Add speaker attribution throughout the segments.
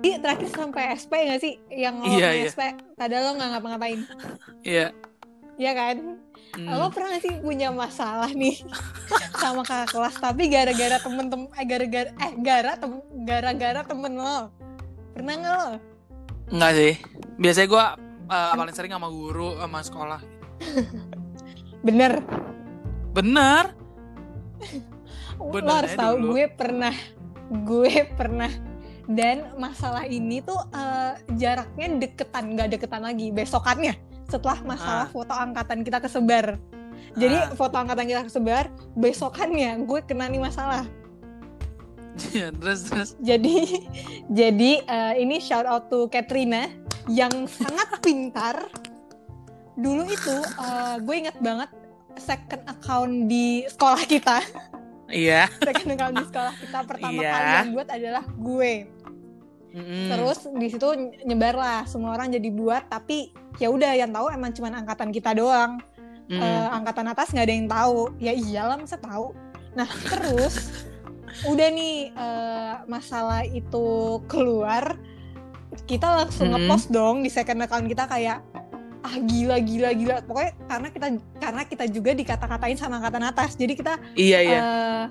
Speaker 1: Jadi Iya, terakhir sampai SP gak sih yang lo
Speaker 2: Iya,
Speaker 1: sampai
Speaker 2: iya.
Speaker 1: SP? Padahal lo gak ngapa-ngapain.
Speaker 2: Iya.
Speaker 1: Iya kan?
Speaker 2: Hmm.
Speaker 1: Lo pernah gak sih punya masalah nih sama kakak kelas tapi gara-gara temen-temen eh gara-gara eh gara tem- gara-gara temen lo. Pernah gak lo?
Speaker 2: Enggak sih. Biasanya gue paling sering sama guru, sama sekolah.
Speaker 1: Bener.
Speaker 2: Bener.
Speaker 1: lo
Speaker 2: Bener
Speaker 1: harus
Speaker 2: aja
Speaker 1: tahu
Speaker 2: dulu.
Speaker 1: gue pernah gue pernah dan masalah ini tuh eh, jaraknya deketan nggak deketan lagi besokannya setelah masalah
Speaker 2: Ah.
Speaker 1: foto angkatan kita kesebar jadi foto angkatan kita kesebar besokannya gue kena nih masalah
Speaker 2: Iya, terus terus.
Speaker 1: jadi jadi eh, ini shout out to Katrina yang sangat pintar dulu itu eh, gue ingat banget second account di sekolah kita
Speaker 2: Iya.
Speaker 1: second account kan di sekolah kita pertama
Speaker 2: Iya. Hmm.
Speaker 1: kali yang buat adalah gue.
Speaker 2: Mm-mm.
Speaker 1: Terus di situ nyebar lah semua orang jadi buat tapi ya udah yang tahu emang cuman angkatan kita doang.
Speaker 2: Mm.
Speaker 1: Eh, angkatan atas nggak ada yang tahu. Ya iyalah masa tahu. Nah, terus udah nih eh, masalah itu keluar kita langsung
Speaker 2: Mm.
Speaker 1: ngepost dong di second account kita kayak ah gila gila gila pokoknya karena kita karena kita juga dikata-katain sama angkatan atas jadi kita
Speaker 2: iya iya.
Speaker 1: eh,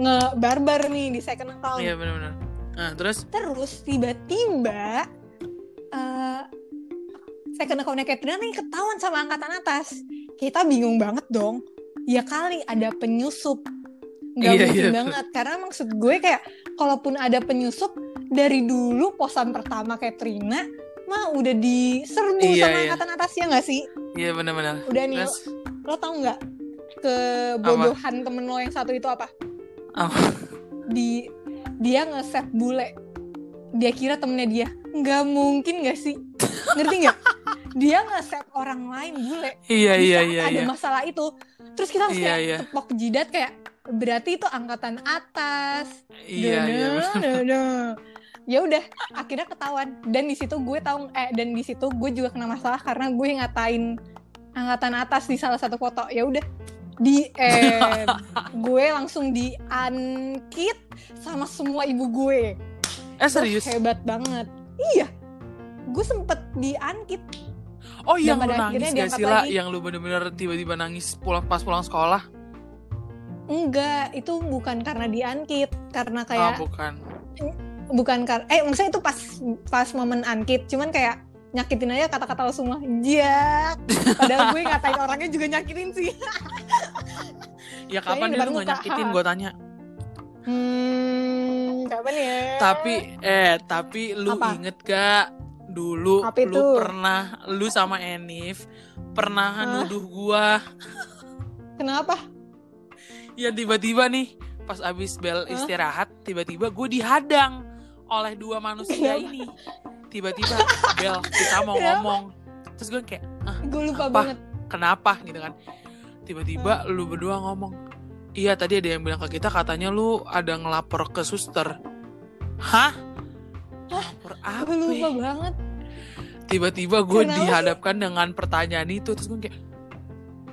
Speaker 1: ngebarbar nih di second account.
Speaker 2: iya benar-benar. Nah, terus
Speaker 1: Terus tiba-tiba eh, second accountnya Katrina nih ketahuan sama angkatan atas. Kita bingung banget dong. Ya kali ada penyusup. Gak
Speaker 2: Iya,
Speaker 1: mungkin
Speaker 2: iya.
Speaker 1: banget. Karena maksud gue kayak kalaupun ada penyusup dari dulu posan pertama Katrina mah udah diserbu
Speaker 2: Iya,
Speaker 1: sama
Speaker 2: iya.
Speaker 1: angkatan atas ya nggak sih?
Speaker 2: iya benar-benar.
Speaker 1: Udah nih
Speaker 2: Terus
Speaker 1: lo, lo tau nggak kebodohan temen lo yang satu itu apa?
Speaker 2: apa?
Speaker 1: di dia ngeset bule dia kira temennya dia nggak mungkin nggak sih ngerti nggak dia ngeset orang lain bule
Speaker 2: Iya
Speaker 1: Di
Speaker 2: iya
Speaker 1: saat
Speaker 2: iya
Speaker 1: ada
Speaker 2: iya.
Speaker 1: masalah itu terus kita harus
Speaker 2: Iya
Speaker 1: kayak
Speaker 2: iya.
Speaker 1: tepok jidat kayak berarti itu angkatan atas
Speaker 2: Iya iya.
Speaker 1: Duh,
Speaker 2: bener.
Speaker 1: duh, duh. ya udah akhirnya ketahuan dan di situ gue tahu eh dan di situ gue juga kena masalah karena gue ngatain angkatan atas di salah satu foto ya udah di eh, gue langsung di unkit sama semua ibu gue
Speaker 2: Eh
Speaker 1: Terus
Speaker 2: serius?
Speaker 1: hebat banget iya gue sempet di unkit
Speaker 2: Oh yang
Speaker 1: Dan
Speaker 2: lu
Speaker 1: pada
Speaker 2: nangis
Speaker 1: akhirnya
Speaker 2: gak
Speaker 1: diangkat
Speaker 2: sih lah?
Speaker 1: lagi.
Speaker 2: Yang lu bener-bener tiba-tiba nangis pulang pas pulang sekolah? Ah,
Speaker 1: enggak itu bukan karena di unkit karena
Speaker 2: Ah
Speaker 1: kayak
Speaker 2: bukan.
Speaker 1: bukan karena eh maksudnya itu pas pas momen ankit cuman kayak nyakitin aja kata-kata lo semua jak padahal gue ngatain orangnya juga nyakitin sih
Speaker 2: Ya kapan dia
Speaker 1: depan
Speaker 2: lu gak
Speaker 1: muka.
Speaker 2: nyakitin gue tanya?
Speaker 1: hmm kapan ya
Speaker 2: Tapi eh tapi lu
Speaker 1: Apa?
Speaker 2: inget gak dulu
Speaker 1: Apa
Speaker 2: lu
Speaker 1: itu?
Speaker 2: pernah lu sama Enif pernah
Speaker 1: Hah?
Speaker 2: nuduh gua
Speaker 1: kenapa
Speaker 2: ya tiba-tiba nih pas abis
Speaker 1: Hah?
Speaker 2: bel istirahat tiba-tiba gue dihadang oleh dua manusia
Speaker 1: Kenapa?
Speaker 2: ini tiba-tiba bel kita mau
Speaker 1: Kenapa?
Speaker 2: ngomong terus gue kayak
Speaker 1: gue lupa
Speaker 2: Apa?
Speaker 1: banget
Speaker 2: kenapa gitu kan tiba-tiba lu berdua ngomong iya tadi ada yang bilang ke kita katanya lu ada ngelapor ke suster hah lapor apa ya?
Speaker 1: gue lupa banget
Speaker 2: tiba-tiba gue
Speaker 1: Kenapa sih?
Speaker 2: dihadapkan dengan pertanyaan itu terus gue kayak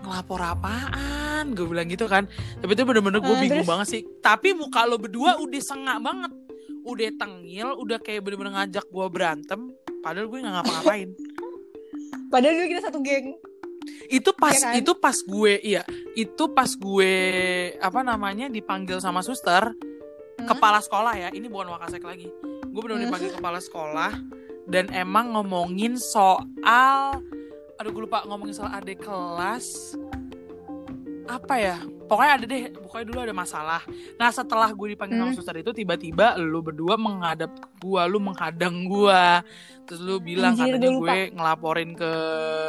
Speaker 2: ngelapor apaan gue bilang gitu kan tapi itu bener-bener gue
Speaker 1: Ah,
Speaker 2: bingung
Speaker 1: terus?
Speaker 2: banget sih tapi muka lo berdua udah sengak banget udah tengil udah kayak bener-bener ngajak gue berantem padahal gue nggak ngapa-ngapain
Speaker 1: padahal dulu kita satu geng
Speaker 2: itu pas
Speaker 1: Iya kan?
Speaker 2: itu pas gue iya itu pas gue apa namanya dipanggil sama suster kepala sekolah ya ini bukan wakasek lagi gue benar-benar
Speaker 1: Hmm.
Speaker 2: dipanggil kepala sekolah dan emang ngomongin soal aduh gue lupa ngomongin soal adik kelas apa ya pokoknya ada deh pokoknya dulu ada masalah nah setelah gue dipanggil sama
Speaker 1: Hmm.
Speaker 2: suster itu tiba-tiba lu berdua menghadap gua lu menghadang gua terus lu bilang
Speaker 1: Anjir,
Speaker 2: katanya
Speaker 1: gue lupa.
Speaker 2: gue ngelaporin ke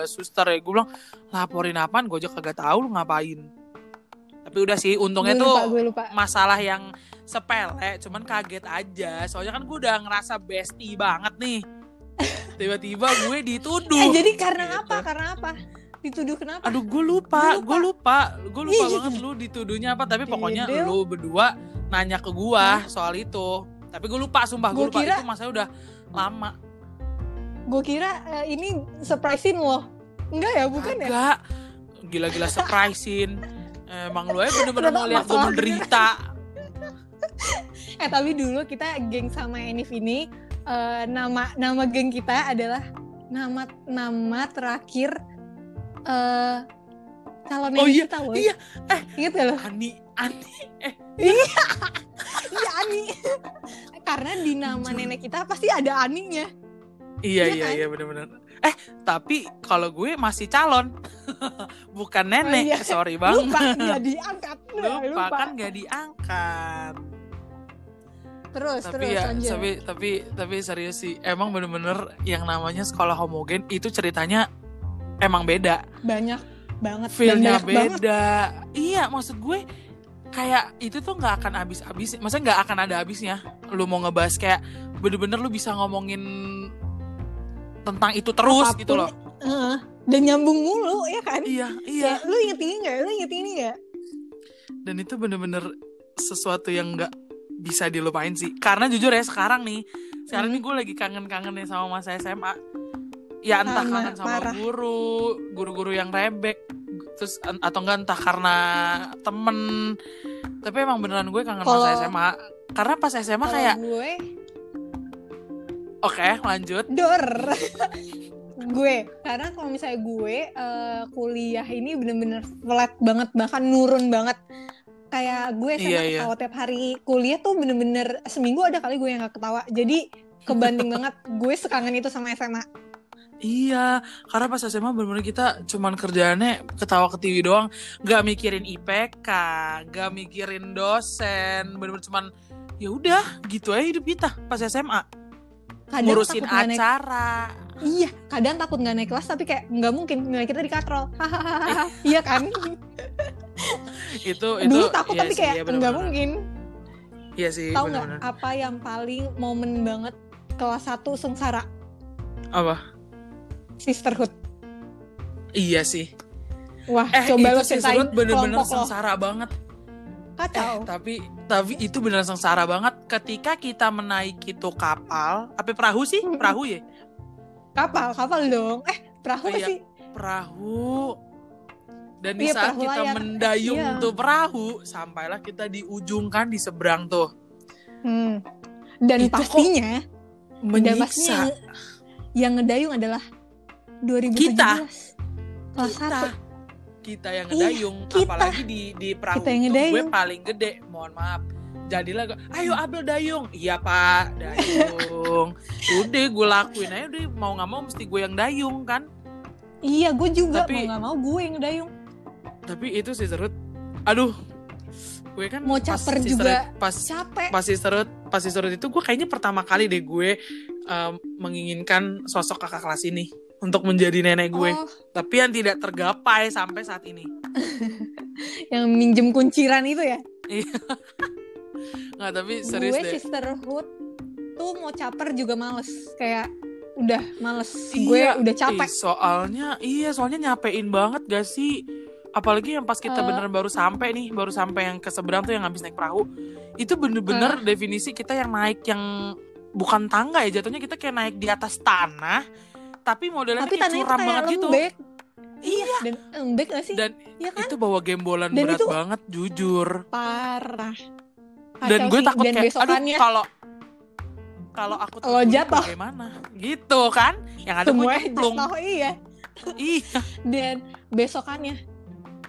Speaker 2: suster ya gue bilang laporin apaan gue aja kagak tahu lu ngapain tapi udah sih
Speaker 1: gue
Speaker 2: untungnya tuh
Speaker 1: lupa gue lupa
Speaker 2: masalah yang sepele cuman kaget aja soalnya kan gue udah ngerasa bestie banget nih tiba-tiba gue
Speaker 1: eh
Speaker 2: dituduh
Speaker 1: jadi karena
Speaker 2: gitu.
Speaker 1: apa karena apa dituduh kenapa
Speaker 2: aduh gue
Speaker 1: Gue
Speaker 2: lupa gue lupa gue lupa
Speaker 1: Ih.
Speaker 2: banget lu dituduhnya apa
Speaker 1: Iya,
Speaker 2: tapi pokoknya
Speaker 1: Gede.
Speaker 2: lu berdua nanya ke gue soal itu tapi gue lupa sumpah
Speaker 1: Gue
Speaker 2: gue lupa
Speaker 1: kira-
Speaker 2: itu masanya udah lama
Speaker 1: gue kira eh, ini surprisein lo enggak ya bukan ya
Speaker 2: Kagak. gila-gila surprisein emang lu aja bener-bener
Speaker 1: Ternyata
Speaker 2: mau lihat gue
Speaker 1: masalah
Speaker 2: menderita
Speaker 1: Eh tapi dulu kita geng sama Enif ini eh, nama nama geng kita adalah nama nama terakhir eh calon
Speaker 2: Oh iya,
Speaker 1: kita loh.
Speaker 2: iya.
Speaker 1: Eh, inget gak lo?
Speaker 2: Ani, Ani.
Speaker 1: Iya Ani. Karena di nama nenek kita pasti ada Aninya.
Speaker 2: Iya,
Speaker 1: Iya
Speaker 2: iya,
Speaker 1: kan?
Speaker 2: iya, bener-bener. Eh, tapi kalau gue masih calon. Bukan nenek,
Speaker 1: iya.
Speaker 2: sorry banget.
Speaker 1: Lupa nggak diangkat. Nah,
Speaker 2: Lupa, kan gak diangkat.
Speaker 1: Terus terus
Speaker 2: tapi ya,
Speaker 1: lanjut.
Speaker 2: tapi, tapi, tapi serius sih. Emang bener-bener yang namanya sekolah homogen itu ceritanya emang beda.
Speaker 1: Banyak banget dan
Speaker 2: feelnya
Speaker 1: banyak
Speaker 2: beda
Speaker 1: banget.
Speaker 2: iya maksud gue kayak itu tuh nggak akan habis habis maksudnya nggak akan ada habisnya lu mau ngebahas kayak bener-bener lu bisa ngomongin tentang itu terus
Speaker 1: Apapun,
Speaker 2: gitu loh
Speaker 1: eh, dan nyambung mulu ya kan?
Speaker 2: iya iya
Speaker 1: Kayak, lu inget ini nggak? Lu inget ini nggak?
Speaker 2: dan itu bener-bener sesuatu yang nggak bisa dilupain sih karena jujur ya sekarang nih sekarang
Speaker 1: Hmm.
Speaker 2: nih gue lagi kangen-kangen nih sama masa SMA ya entah
Speaker 1: Sama,
Speaker 2: kangen sama
Speaker 1: parah.
Speaker 2: guru guru-guru yang rebek terus en- atau enggak entah karena temen tapi emang beneran gue kangen
Speaker 1: Kalau-
Speaker 2: masa SMA karena pas SMA
Speaker 1: Kalau
Speaker 2: kayak
Speaker 1: gue
Speaker 2: oke lanjut
Speaker 1: dor. gue karena kalau misalnya gue eh, kuliah ini bener-bener flat banget bahkan nurun banget kayak gue sama
Speaker 2: Iya, iya.
Speaker 1: ketawa tiap hari kuliah tuh bener-bener seminggu ada kali gue yang gak ketawa jadi kebanting banget gue sekangen itu sama SMA
Speaker 2: iya karena pas SMA bener-bener kita cuman kerjaannya ketawa ketiwi doang nggak mikirin IPK nggak mikirin dosen bener-bener cuman ya udah gitu aja hidup kita pas SMA
Speaker 1: kadang
Speaker 2: ngurusin
Speaker 1: takut nggak naik
Speaker 2: acara
Speaker 1: iya kadang takut nggak naik kelas tapi kayak nggak mungkin nilai kita di katrol hahaha iya kan
Speaker 2: itu Oh, itu
Speaker 1: dulu takut
Speaker 2: iya
Speaker 1: tapi
Speaker 2: sih,
Speaker 1: kayak
Speaker 2: iya
Speaker 1: nggak
Speaker 2: bener-bener.
Speaker 1: mungkin
Speaker 2: iya sih
Speaker 1: tahu nggak
Speaker 2: bener-bener.
Speaker 1: apa yang paling momen banget kelas 1 sengsara
Speaker 2: apa
Speaker 1: sisterhood
Speaker 2: iya sih
Speaker 1: wah
Speaker 2: eh
Speaker 1: coba
Speaker 2: itu
Speaker 1: lo
Speaker 2: sih
Speaker 1: ceritain
Speaker 2: Surut bener-bener
Speaker 1: kelompok lo
Speaker 2: sengsara Eh. banget
Speaker 1: kacau
Speaker 2: tapi tapi itu beneran sengsara banget ketika kita menaiki tuh kapal apa perahu sih
Speaker 1: Mm-mm.
Speaker 2: perahu ya
Speaker 1: kapal kapal dong eh perahu
Speaker 2: Iya,
Speaker 1: sih
Speaker 2: perahu dan di
Speaker 1: Iya,
Speaker 2: saat
Speaker 1: perahu
Speaker 2: kita
Speaker 1: layar.
Speaker 2: mendayung
Speaker 1: Iya.
Speaker 2: tuh perahu sampailah kita di ujung kan di seberang tuh
Speaker 1: Hmm. dan
Speaker 2: Itu kok
Speaker 1: pastinya dan pastinya
Speaker 2: menyiksa
Speaker 1: yang, yang ngedayung adalah 2017
Speaker 2: Kita.
Speaker 1: kelas
Speaker 2: kita
Speaker 1: 1
Speaker 2: kita yang
Speaker 1: Iya,
Speaker 2: ngedayung
Speaker 1: kita.
Speaker 2: apalagi di di perahu
Speaker 1: Kita yang
Speaker 2: itu gue
Speaker 1: ngedayung.
Speaker 2: paling gede mohon maaf jadilah gue ayo Abel dayung iya pak dayung udah gue lakuin aja udah mau nggak mau mesti gue yang dayung kan
Speaker 1: iya gue juga mau
Speaker 2: Tapi-
Speaker 1: nggak mau gue yang ngedayung
Speaker 2: tapi itu sih serut aduh gue kan
Speaker 1: Mau
Speaker 2: pas
Speaker 1: caper
Speaker 2: si
Speaker 1: juga.
Speaker 2: Serut- pas
Speaker 1: capek
Speaker 2: pas si serut pas si serut itu gue kayaknya pertama kali deh
Speaker 1: Hmm.
Speaker 2: gue um, menginginkan sosok kakak kelas ini untuk menjadi nenek gue
Speaker 1: oh
Speaker 2: tapi yang tidak tergapai sampai saat ini
Speaker 1: yang minjem kunciran itu ya
Speaker 2: nggak tapi serius
Speaker 1: gue
Speaker 2: deh
Speaker 1: sisterhood tuh mau caper juga males kayak udah males
Speaker 2: Iya,
Speaker 1: gue udah
Speaker 2: Ih,
Speaker 1: capek
Speaker 2: soalnya iya soalnya nyapein banget gak sih apalagi yang pas
Speaker 1: Eh.
Speaker 2: kita beneran baru sampai nih baru sampai yang ke seberang tuh yang habis naik perahu itu
Speaker 1: Eh.
Speaker 2: bener-bener definisi kita yang naik yang bukan tangga ya jatuhnya kita kayak naik di atas tanah tapi modelnya
Speaker 1: tapi
Speaker 2: kayak
Speaker 1: tanahnya tuh
Speaker 2: curam
Speaker 1: kayak
Speaker 2: banget gitu
Speaker 1: lembek iya dan lembek gak sih
Speaker 2: dan
Speaker 1: Iya kan
Speaker 2: itu bawa gembolan
Speaker 1: Dan
Speaker 2: berat
Speaker 1: itu-
Speaker 2: banget jujur
Speaker 1: parah Kacau
Speaker 2: dan gue
Speaker 1: sih.
Speaker 2: takut
Speaker 1: dan
Speaker 2: kayak aduh
Speaker 1: besokannya
Speaker 2: kalau kalau aku
Speaker 1: Lo
Speaker 2: terguling
Speaker 1: jatuh.
Speaker 2: bagaimana gitu kan yang ada gue
Speaker 1: semuanya
Speaker 2: cemplung
Speaker 1: jatuh iya
Speaker 2: ih
Speaker 1: dan besokannya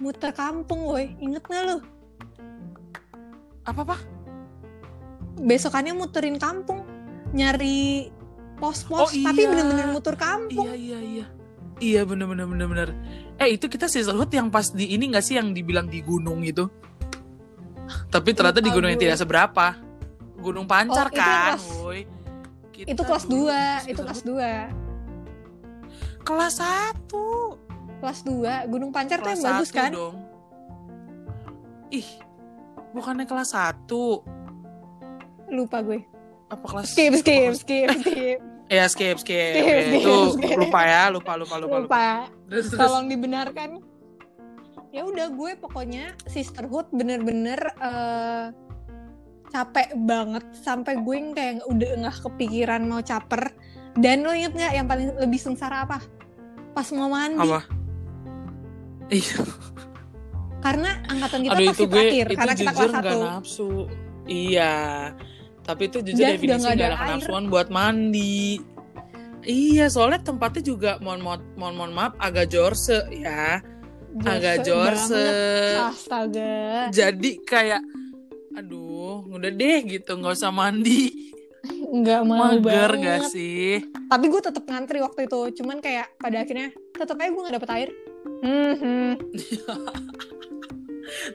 Speaker 1: muter kampung woi inget gak lu
Speaker 2: apa apa
Speaker 1: besokannya muterin kampung nyari pos-pos
Speaker 2: Oh, iya.
Speaker 1: tapi bener-bener muter kampung
Speaker 2: Iya iya iya. Iya bener bener bener bener. Eh itu kita sisterhood yang pas di ini nggak sih yang dibilang di gunung itu? Tapi ternyata di
Speaker 1: Lupa
Speaker 2: gunung yang
Speaker 1: gue.
Speaker 2: tidak seberapa. Gunung
Speaker 1: Oh,
Speaker 2: Pancar
Speaker 1: itu
Speaker 2: kan,
Speaker 1: kelas-
Speaker 2: woi. Kita
Speaker 1: itu kelas
Speaker 2: dulu
Speaker 1: 2 itu
Speaker 2: sisterhood.
Speaker 1: kelas 2
Speaker 2: kelas 1.
Speaker 1: kelas 2 Gunung Pancar tuh
Speaker 2: Kelas
Speaker 1: yang bagus
Speaker 2: 1
Speaker 1: kan
Speaker 2: dong. Ih, bukannya kelas 1
Speaker 1: lupa gue
Speaker 2: apa kelas
Speaker 1: skip skip
Speaker 2: apa kelas-
Speaker 1: skip skip
Speaker 2: Ya skip skip.
Speaker 1: Skip,
Speaker 2: Ya,
Speaker 1: skip,
Speaker 2: itu
Speaker 1: skip.
Speaker 2: lupa ya, lupa lupa lupa lupa.
Speaker 1: lupa
Speaker 2: Terus terus.
Speaker 1: tolong dibenarkan ya udah gue pokoknya sisterhood bener-bener eh, capek banget sampai gue yang kayak udah nggak kepikiran mau caper dan lo inget nggak yang paling lebih sengsara apa pas mau mandi
Speaker 2: Apa? Iya.
Speaker 1: karena angkatan kita
Speaker 2: Aduh
Speaker 1: pasti
Speaker 2: itu gue
Speaker 1: terakhir
Speaker 2: itu
Speaker 1: karena kita
Speaker 2: jujur
Speaker 1: kelas
Speaker 2: nggak
Speaker 1: satu
Speaker 2: nafsu. Iya. Tapi itu jujur
Speaker 1: Dan udah
Speaker 2: definisi
Speaker 1: nggak ada
Speaker 2: galakan
Speaker 1: air.
Speaker 2: nafsuan buat mandi. Iya, soalnya tempatnya juga mohon mohon mohon, mohon maaf agak jorse ya, agak jorse.
Speaker 1: banget. Ah. Astaga.
Speaker 2: Jadi kayak aduh, udah deh gitu, nggak usah mandi.
Speaker 1: Nggak mau
Speaker 2: Mager
Speaker 1: banget.
Speaker 2: gak sih?
Speaker 1: Tapi gue tetap ngantri waktu itu. Cuman kayak pada akhirnya tetap aja gue nggak dapet air. Mhm.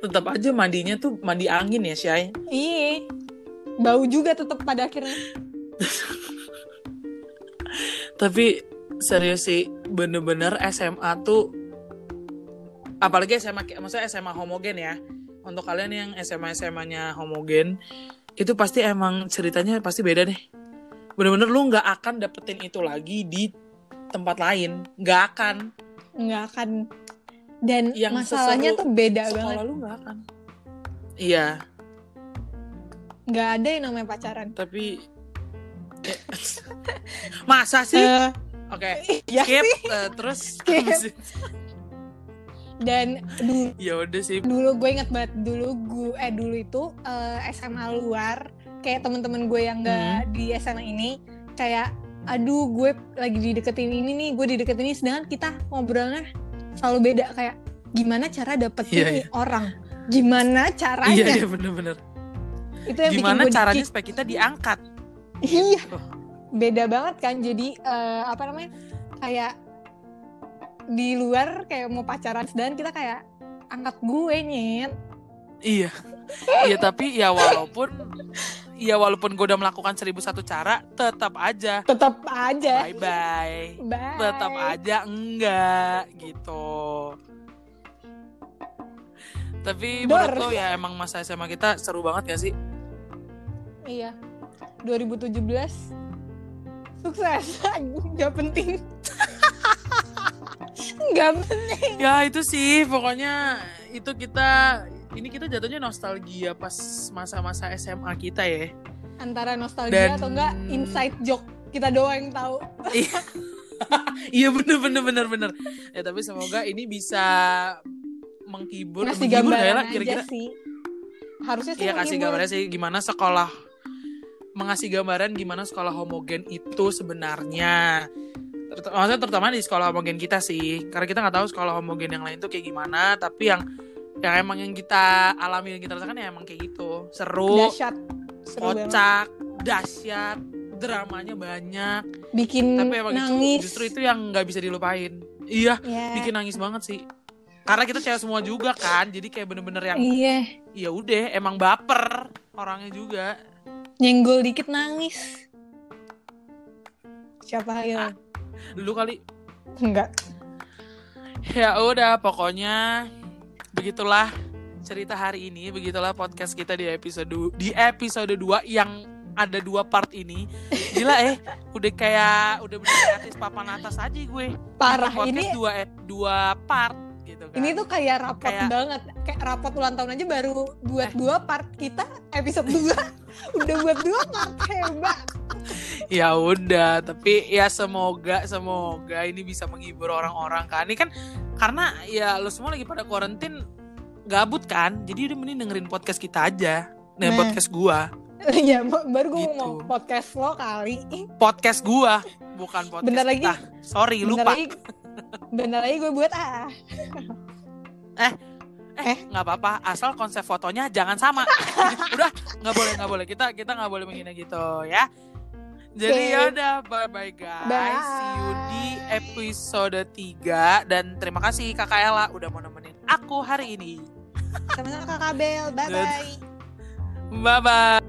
Speaker 2: Tetap aja mandinya tuh mandi angin ya, Syai.
Speaker 1: Iya. Bau juga tetap pada akhirnya.
Speaker 2: Tapi serius sih, bener-bener SMA tuh apalagi SMA kayak- maksudnya SMA homogen ya. Untuk kalian yang SMA SMA-nya homogen, itu pasti emang ceritanya pasti beda deh. Bener-bener lu nggak akan dapetin itu lagi di tempat lain, nggak akan.
Speaker 1: Nggak akan. Dan
Speaker 2: Yang
Speaker 1: masalahnya
Speaker 2: seseru
Speaker 1: tuh beda banget.
Speaker 2: Sekolah lu nggak akan. Iya,
Speaker 1: Nggak ada yang namanya pacaran.
Speaker 2: tapi eh, masa sih?
Speaker 1: Eh,
Speaker 2: Oke,
Speaker 1: iya
Speaker 2: skip
Speaker 1: sih.
Speaker 2: eh, terus.
Speaker 1: Skip. Dan dulu,
Speaker 2: ya udah sih.
Speaker 1: dulu gue inget banget dulu gue eh dulu itu eh, SMA luar kayak temen-temen gue yang
Speaker 2: Hmm.
Speaker 1: nggak di SMA ini kayak aduh gue lagi dideketin ini nih gue dideketin ini sedangkan kita ngobrolnya selalu beda kayak gimana cara dapetin
Speaker 2: Iya,
Speaker 1: nih orang gimana caranya
Speaker 2: Iya, iya bener-bener.
Speaker 1: itu yang
Speaker 2: gimana
Speaker 1: bikin gue
Speaker 2: caranya
Speaker 1: di-kick.
Speaker 2: supaya kita diangkat
Speaker 1: iya
Speaker 2: Gitu.
Speaker 1: beda banget kan jadi eh, apa namanya kayak di luar kayak mau pacaran sedangkan kita kayak angkat gue nyet
Speaker 2: iya iya tapi ya walaupun ya walaupun gue udah melakukan seribu satu cara tetap aja
Speaker 1: tetap aja
Speaker 2: bye bye
Speaker 1: Bye.
Speaker 2: tetap aja enggak gitu tapi
Speaker 1: Dor.
Speaker 2: menurut lo ya emang masa SMA kita seru banget gak sih
Speaker 1: Iya. 2017 sukses. Gak penting. Gak penting.
Speaker 2: ya itu sih pokoknya itu kita ini kita jatuhnya nostalgia pas masa-masa SMA kita ya
Speaker 1: Antara nostalgia
Speaker 2: Dan-
Speaker 1: atau enggak inside joke kita doang yang tahu.
Speaker 2: Iya bener bener bener bener. Ya tapi semoga ini bisa menghibur,
Speaker 1: Ngasih
Speaker 2: menghibur
Speaker 1: gambaran
Speaker 2: lah
Speaker 1: aja
Speaker 2: kira-kira.
Speaker 1: sih. Harusnya sih
Speaker 2: Iya kasih
Speaker 1: menghibur.
Speaker 2: gambarnya sih gimana sekolah mengasih gambaran gimana sekolah homogen itu sebenarnya. Tert- Maksudnya terutama di sekolah homogen kita sih, karena kita nggak tahu sekolah homogen yang lain tuh kayak gimana. Tapi yang yang emang yang kita alami dan kita rasakan ya emang kayak gitu, seru,
Speaker 1: Dahsyat. Seru banget.
Speaker 2: kocak, dahsyat, dramanya banyak.
Speaker 1: Bikin
Speaker 2: Tapi emang itu-
Speaker 1: nangis.
Speaker 2: justru itu yang nggak bisa dilupain. Iya
Speaker 1: Ya.
Speaker 2: bikin nangis banget sih karena kita cewek semua juga kan jadi kayak bener-bener yang
Speaker 1: Iya.
Speaker 2: ya udah emang baper orangnya juga
Speaker 1: Nyenggol dikit nangis. Siapa
Speaker 2: Ah.
Speaker 1: ya?
Speaker 2: lu kali
Speaker 1: Enggak.
Speaker 2: ya udah pokoknya begitulah cerita hari ini begitulah podcast kita di episode du- di episode 2 yang ada dua part ini gila eh udah kayak udah bener artis papan atas aja gue
Speaker 1: Parah
Speaker 2: podcast
Speaker 1: ini
Speaker 2: dua ep- dua part gitu kan
Speaker 1: Ini tuh kayak rapot
Speaker 2: Kayak- Eh.
Speaker 1: banget. Kayak rapot ulang tahun aja baru buat dua part kita episode 2. Udah buat dua part hebat.
Speaker 2: Ya udah, tapi ya semoga semoga ini bisa menghibur orang-orang kan. Ini kan karena ya lo semua lagi pada karantin gabut kan. Jadi udah mending dengerin podcast kita aja. Nah,
Speaker 1: Nah.
Speaker 2: podcast gua.
Speaker 1: ya ba- baru gue
Speaker 2: Gitu.
Speaker 1: mau podcast lo kali.
Speaker 2: Podcast gua, bukan podcast
Speaker 1: Bentar lagi.
Speaker 2: kita. Sorry,
Speaker 1: Bentar
Speaker 2: lupa.
Speaker 1: lagi bentar lagi gue buat ah.
Speaker 2: Eh, nggak apa-apa, asal konsep fotonya jangan sama. udah, nggak boleh, nggak boleh. Kita kita nggak boleh menghina gitu ya. Jadi
Speaker 1: Oke.
Speaker 2: ya udah, bye bye guys.
Speaker 1: Bye.
Speaker 2: See you di episode 3 dan terima kasih Kakak Ella udah mau nemenin aku hari ini.
Speaker 1: Sama-sama Kakak Bel. Bye bye.
Speaker 2: Bye bye.